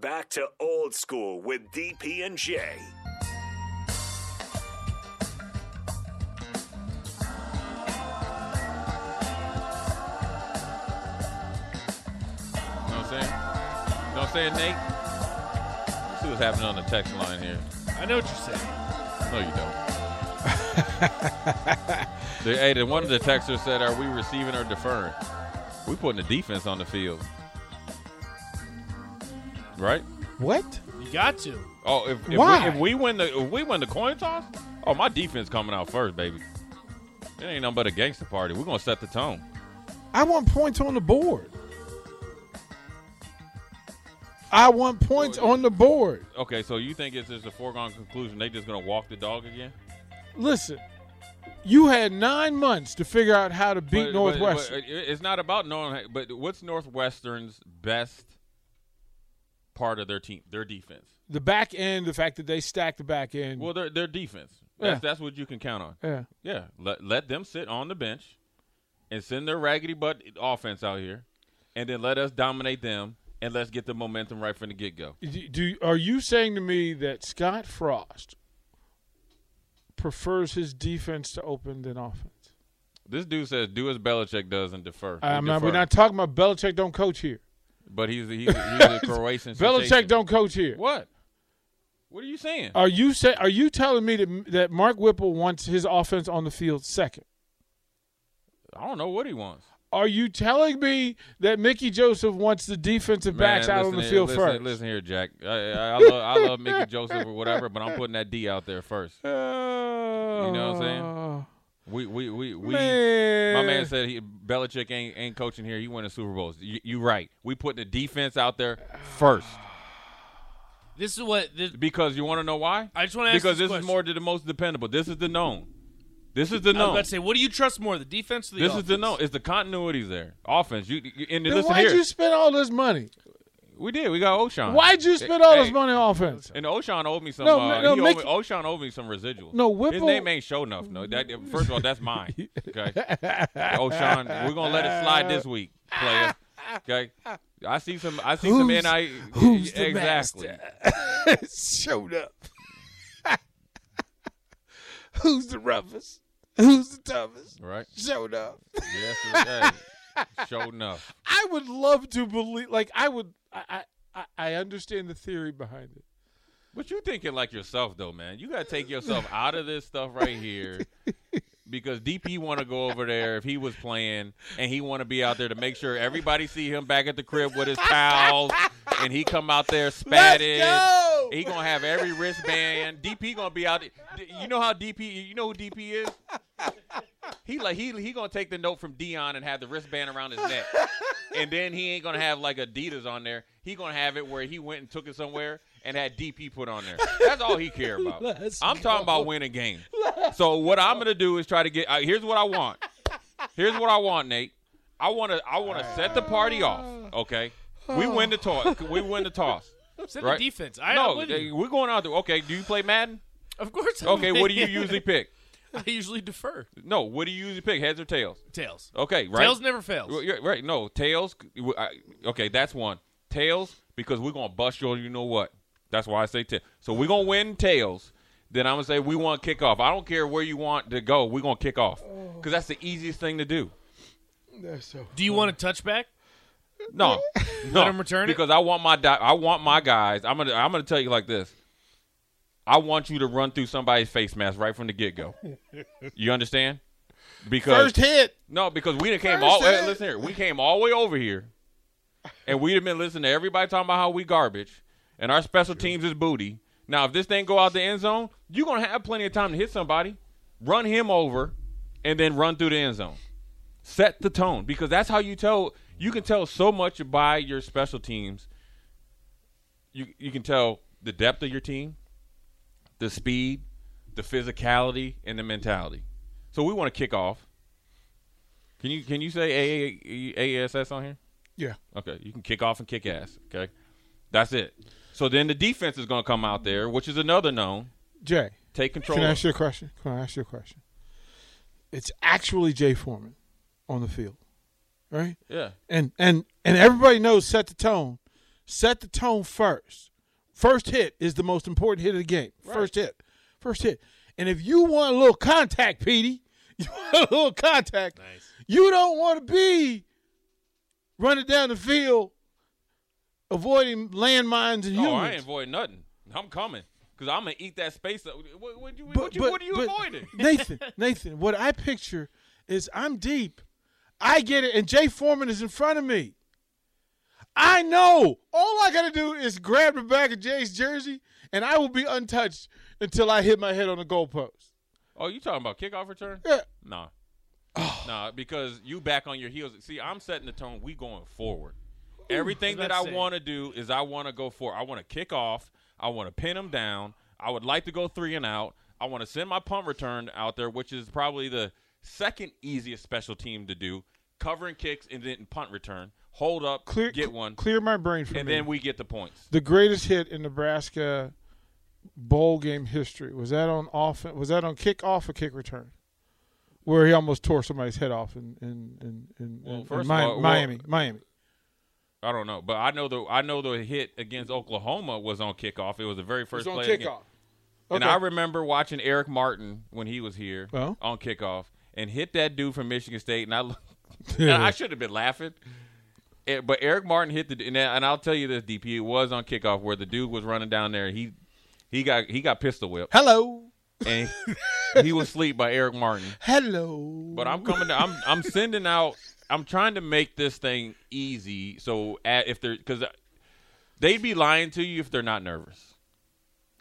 back to old school with DP and J. You know what I'm saying? You know what I'm saying, Nate? Let's see what's happening on the text line here. I know what you're saying. No, you don't. the, hey, the one of the texters said, "Are we receiving or deferring? We putting the defense on the field, right? What? You got to. Oh, if, if, Why? We, if we win the if we win the coin toss, oh my defense coming out first, baby. It ain't nothing but a gangster party. We're gonna set the tone. I want points on the board. I want points on the board. Okay, so you think it's just a foregone conclusion? They just gonna walk the dog again? Listen, you had nine months to figure out how to beat But- but- Northwestern. but uh, it- it's not about knowing, but what's Northwestern's best part of their team? Their defense. the back end, the fact that they stacked the back end. Well, their their defense. That's Yeah. that's what you can count on. yeah. Yeah, let let them sit on the bench and send their raggedy butt offense out here, and then let us dominate them and let's get the momentum right from the get go. Do, do- are you saying to me that Scott Frost prefers his defense to open than offense? This dude says do as Belichick does and defer. I'm not, Uh, we're Defer. not talking about Belichick don't coach here. But he's he's, he's a Croatian. Belichick sensation. don't Uh, coach here. What? What are you saying? Are you say, Are you telling me that that Mark Whipple wants his offense on the field second? I don't know what he wants. Are you telling me that Mickey Joseph wants the defensive backs Man, out on listen the here- field listen, first? Listen here, Jack. I, I, I love I love Mickey Joseph or whatever, but I'm putting that D out there first. you know what I'm We we we we. Man. My man said he, Belichick ain't ain't coaching here. He winning Super Bowls. You, you right. We put the defense out there first This is what this, because you want to know why? I just wanna ask because this, this is question. more to the most dependable. This is the known. This is the I was known. about to say, what do you trust more, the defense or the This is offense? the known. It's the continuities there. Offense. You, you and Then listen why'd here. you spend all this money? we did. We got O'Shawn. Why'd you spend all Hey, this money on offense? And O'Shawn owed me some. No, uh, no, he Mickey- owed me, O'Shawn owed me some residuals. No, His Whipple- name ain't show enough. No, that, first of all, that's mine. Okay, O'Shawn, we're gonna let it slide this week, player. Okay, I see some. I see some. Who's- NI who's the exactly? Showed up. Who's the roughest? Who's the toughest? Right. Showed up. Yes. Okay. Show enough. I would love to believe. Like I would. I. I I- I understand the theory behind it. But you thinking like yourself though, man. You gotta take yourself out of this stuff right here. Because DP want to go over there if he was playing, and he want to be out there to make sure everybody see him back at the crib with his pals, and he come out there Let's spatted. go. He gonna have every wristband. DP gonna be out. th- You know how DP? You know who DP is? He like he he gonna take the note from Dion and have the wristband around his neck, and then he ain't gonna have like Adidas on there. He gonna have it where he went and took it somewhere and had DP put on there. That's all he care about. Let's I'm talking about winning games. So what I'm gonna do is try to get. Uh, here's what I want. Here's what I want, Nate. I wanna I wanna set the party off. Okay, we win the toss. We win the toss. Set right? the defense. I no, am with they- you. we're going out there. Okay, do you play Madden? Of course. I'm Okay, what do you with usually pick? I usually defer. No, what do you usually pick? Heads or tails? Tails. Okay, Oh, right. Tails never fails. Well, you're right. No tails. w- I- Okay, that's one tails because we're gonna bust your. You know what? That's why I say tails. So we're gonna win tails. Then I'm gonna say we want kickoff. I don't care where you want to go. We're gonna kick off because that's the easiest thing to do. do you want a touchback? No, no, him return it? because I want my di- I want my guys. I'm gonna I'm gonna tell you like this. I want you to run through somebody's face mask right from the get go. you understand? Because First hit. No, because we done came First all. hit. Hey, listen here, we came all the way over here, and we'd have been listening to everybody talking about how we garbage, and our special teams is booty. Now, if this thing go out the end zone, you are gonna have plenty of time to hit somebody, run him over, and then run through the end zone. Set the tone because that's how you tell. You can tell so much by your special teams. You you can tell the depth of your team, the speed, the physicality, and the mentality. So we want to kick off. Can you can you say AASS on here? Yeah. Okay, you can kick off and kick ass. Okay, that's it. So then the defense is going to come out there, which is another known. Jay, Take control. can I of- ask you a question? Can I ask you a question? It's actually Jay Foreman on the field, right? yeah, And and and everybody knows set the tone. set the tone first. First hit is the most important hit of the game. First hit. First hit. And if you want a little contact, Petey, you want a little contact. Nice. You don't want to be running down the field avoiding landmines and humans. No, Oh, I ain't avoiding nothing. I'm coming because I'm gonna eat that space. Up. What, what, you- what you- what are you but- avoiding? Nathan, Nathan, what I picture is I'm deep. I get it, and Jay Foreman is in front of me. I know. All I gotta do is grab the back of Jay's jersey, and I will be untouched until I hit my head on the goalpost. Oh, you talking about kickoff return? Yeah. Oh. Nah. Nah, because you back on your heels. See, I'm setting the tone. We going forward. Everything that I that's it. want to do is I want to go for. I want to kick off. I want to pin them down. I would like to go three and out. I want to send my punt return out there, which is probably the second easiest special team to do, covering kicks and then punt return. Hold up, Clear, get one, Clear my brain for and me. then we get the points. the greatest hit in Nebraska bowl game history was that on off? Was that on kick off or kick return? Where he almost tore somebody's head off in in in, in, Well, in first of Mi- all, well- Miami, Miami. I don't know, but I know the I know the hit against Oklahoma was on kickoff. It was the very first It's on play. against- kickoff. And Okay. I remember watching Eric Martin when he was here Well. on kickoff and hit that dude from Michigan State, and I looked- and I should have been laughing. Eh, But Eric Martin hit the and, I- and I'll tell you this, DP, it was on kickoff where the dude was running down there. And he he got he got pistol whipped Hello. and he was asleep by Eric Martin. Hello. But I'm coming. To, I'm I'm sending out. I'm trying to make this thing easy. So at, if they're because they'd be lying to you if they're not nervous.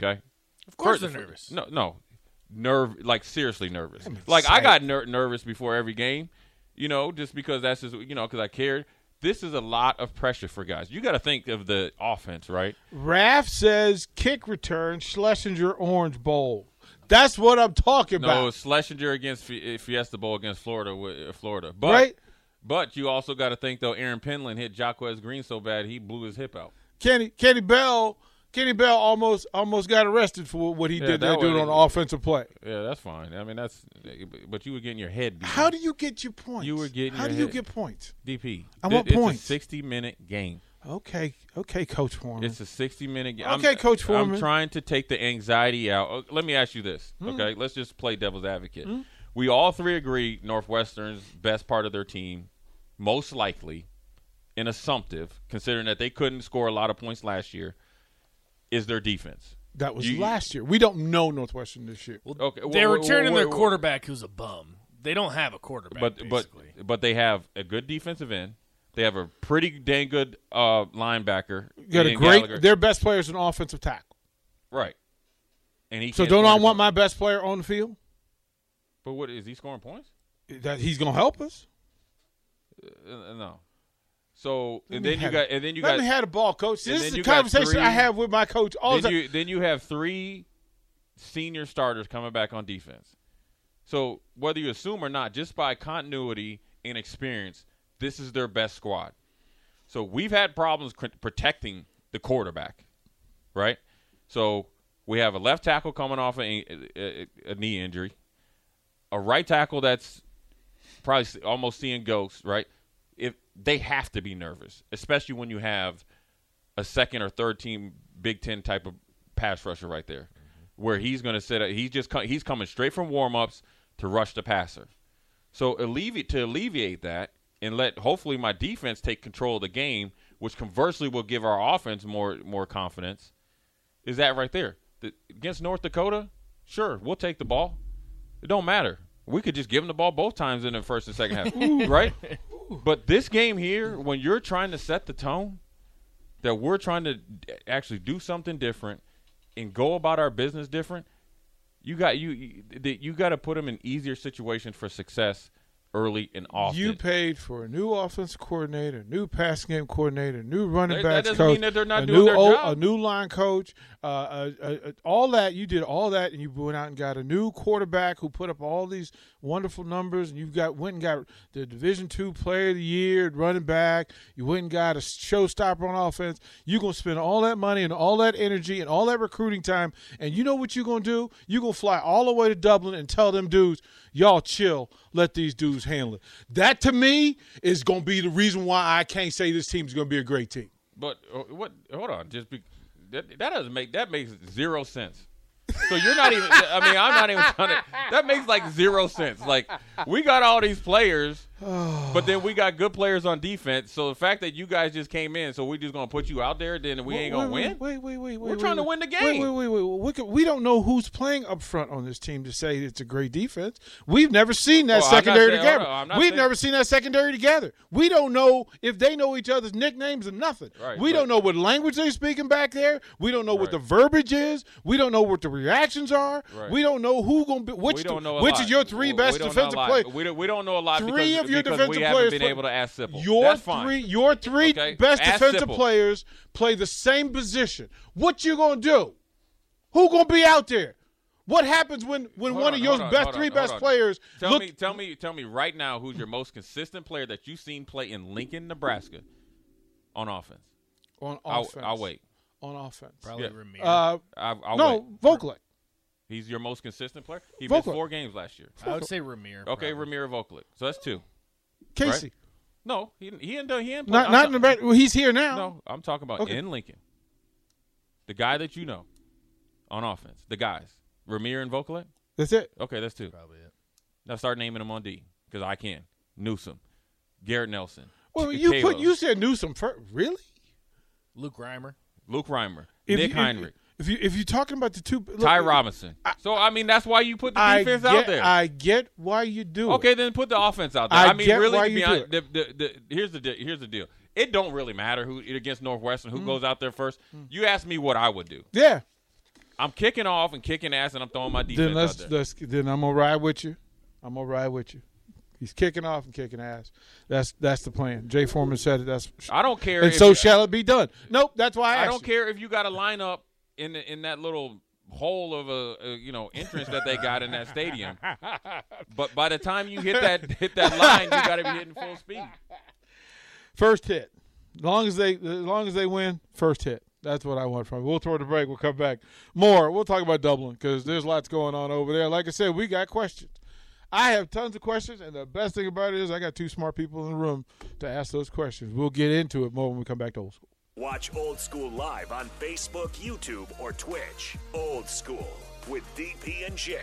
Okay. Of course First- they're nervous. No, no, nerve like seriously nervous. Like I got ner- nervous before every game, you know, just because that's just you know because I cared. This is a lot of pressure for guys. You got to think of the offense, right? Raph says kick return Schlesinger Orange Bowl. That's what I'm talking No, it about. was Schlesinger against Fi- Fiesta Bowl against Florida, wi- uh, Florida. But Right. but you also got to think though. Aaron Penland hit Jaquez Green so bad he blew his hip out. Kenny Kenny Bell Kenny Bell almost almost got arrested for what he Yeah, did that that dude was- on offensive play. Yeah, that's fine. I mean, that's eh, but you were getting your head beat. How do you get your points? You were getting How your do you head- get points? DP? I thi- want it's points. A Sixty minute game. Okay, okay, Coach Foreman. It's a 60 minute game. Okay, Coach I'm Foreman. Hmm. trying to take the anxiety out. Uh, Let me ask you this. Okay, let's just play devil's advocate. We all three agree Northwestern's best part of their team, most likely, and assumptive, considering that they couldn't score a lot of points last year, is their defense. that was you- last year. We don't know Northwestern this year. Well, Okay, well, they're well, returning well, their well, quarterback, who's a bum. They don't have a quarterback. But basically. but but they have a good defensive end. They have a pretty dang good uh, linebacker. got a in great. Gallagher. Their best players an offensive tackle. right. And he So can't don't score I the want ball. my best player on the field? But what is he scoring points? That he's gonna help us. Uh, no. So Let and me then you have got and then you Let got me have the ball, coach. and This then is a you got conversation three- I have with my coach all the then time. you then you have three senior starters coming back on defense. So whether you assume or not, just by continuity and experience, this is their best squad. So we've had problems cr- protecting the quarterback, right? So we have a left tackle coming off a, a, a knee injury, a right tackle that's probably s- almost seeing ghosts, right? If they have to be nervous, especially when you have a second or third team Big Ten type of pass rusher right there, where he's going to sit. He's just co- he's coming straight from warm ups to rush the passer. So alleviate to alleviate that and let hopefully my defense take control of the game, which conversely will give our offense more more confidence. Is that right there The- against North Dakota? Sure, we'll take the ball. It don't matter. We could just give them the ball both times in the first and second half, right? But this game here, when you're trying to set the tone, that we're trying to d- actually do something different and go about our business different, you got you you, th- you got to put them in easier situations for success early and often. You paid for a new offense coordinator, new pass game coordinator, new running That- backs that doesn't coach, mean that they're not a doing new their o- job. a new line coach, uh, uh, uh, uh, all that. You did all that, and you went out and got a new quarterback who put up all these wonderful numbers. And you got went and got the Division two Player of the Year running back. You went and got a showstopper on offense. You gonna spend all that money and all that energy and all that recruiting time, and you know what you gonna do? You gonna fly all the way to Dublin and tell them dudes, y'all chill, let these dudes handle it. That to me is gonna be the reason why I can't say this team's gonna be a great team. But uh, what? Hold on, just be, that, that doesn't make that makes zero sense. So you're not even. I mean, I'm not even trying to. That makes like zero sense. Like we got all these players, but then we got good players on defense. So the fact that you guys just came in, so we're just gonna put you out there, then we ain't gonna win. wait, Wait, wait, wait, wait. We're trying to win the Wait, game. wait, wait, wait. We, could, we don't know who's playing up front on this team to say it's a great defense. We've never seen that Well, I'm not secondary saying- together. hold on, I'm not We've saying- never seen that secondary together. We don't know if they know each other's nicknames or nothing. Right, we but- don't know what language they're speaking back there. We don't know what Right. the verbiage is. We don't know what the reactions are. Right. We don't know who gonna be which. we don't know a which lot. is your three We- best we don't know a defensive lot. players. We don't, we don't know a lot. Three because, of your because defensive we haven't players been play- able to ask Sipple. Your That's three, fine. your three Okay. best Ask defensive Sipple. players play the same position. What you gonna do? Who gonna be out there? What happens when when Hold one on, of your hold on, best hold on, three hold best on. players Tell look? me, tell me, tell me right now who's your most consistent player that you've seen play in Lincoln, Nebraska, on offense. on I'll, offense. I'll wait. on offense. Probably Yeah. Ramirez. Uh, I, I'll wait. no, Vokalek. He's your most consistent player. He Vocal. missed four games last year. I would say Ramirez. Okay, probably. Ramiro Vokalek. So that's two. Casey. No, he didn't- he didn't. do- He didn't. play- Not I'm not ta- in the back. Well, he's here now. No, I'm talking about Okay. in Lincoln. The guy that you know on offense. The guys, Ramiro and Vokalek. That's it. Okay, that's two. Probably it. Now start naming them on D because I can. Newsom, Garrett Nelson. Well, T- you put Kalos, you said Newsom first. Really? Luke Reimer. Luke Reimer, If Nick you, Heinrich, If you if you're talking about the two, look, Ty Robinson. so I mean, that's why you put the I defense get, out there. I get why you do it. okay, then put the offense out there. I I, mean, get really, why to be you do honest, the, the, the, here's the de- here's the deal. It don't really matter who against Northwestern Hmm. who goes out there first. You ask me what I would do. Yeah. I'm kicking off and kicking ass, and I'm throwing my defense then let's, out there. let's then I'm gonna ride with you. I'm gonna ride with you. He's kicking off and kicking ass. That's that's the plan. Jay Foreman said it. That's I don't care. and if so you- shall it be done. Nope. That's why I, I asked don't you. care if you got a lineup in the, in that little hole of a, a you know entrance that they got in that stadium. But by the time you hit that hit that line, you got to be hitting full speed. First hit. As long as they as long as they win, first hit. That's what I want from. it. We'll throw the break. We'll come back more. We'll talk about Dublin because there's lots going on over there. Like I said, we got questions. I have tons of questions, and the best thing about it is I got two smart people in the room to ask those questions. We'll get into it more when we come back to old school. Watch Old School live on Facebook, YouTube, or Twitch. Old School with DP and J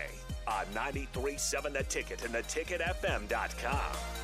on 937 The Ticket and theticketfm.com.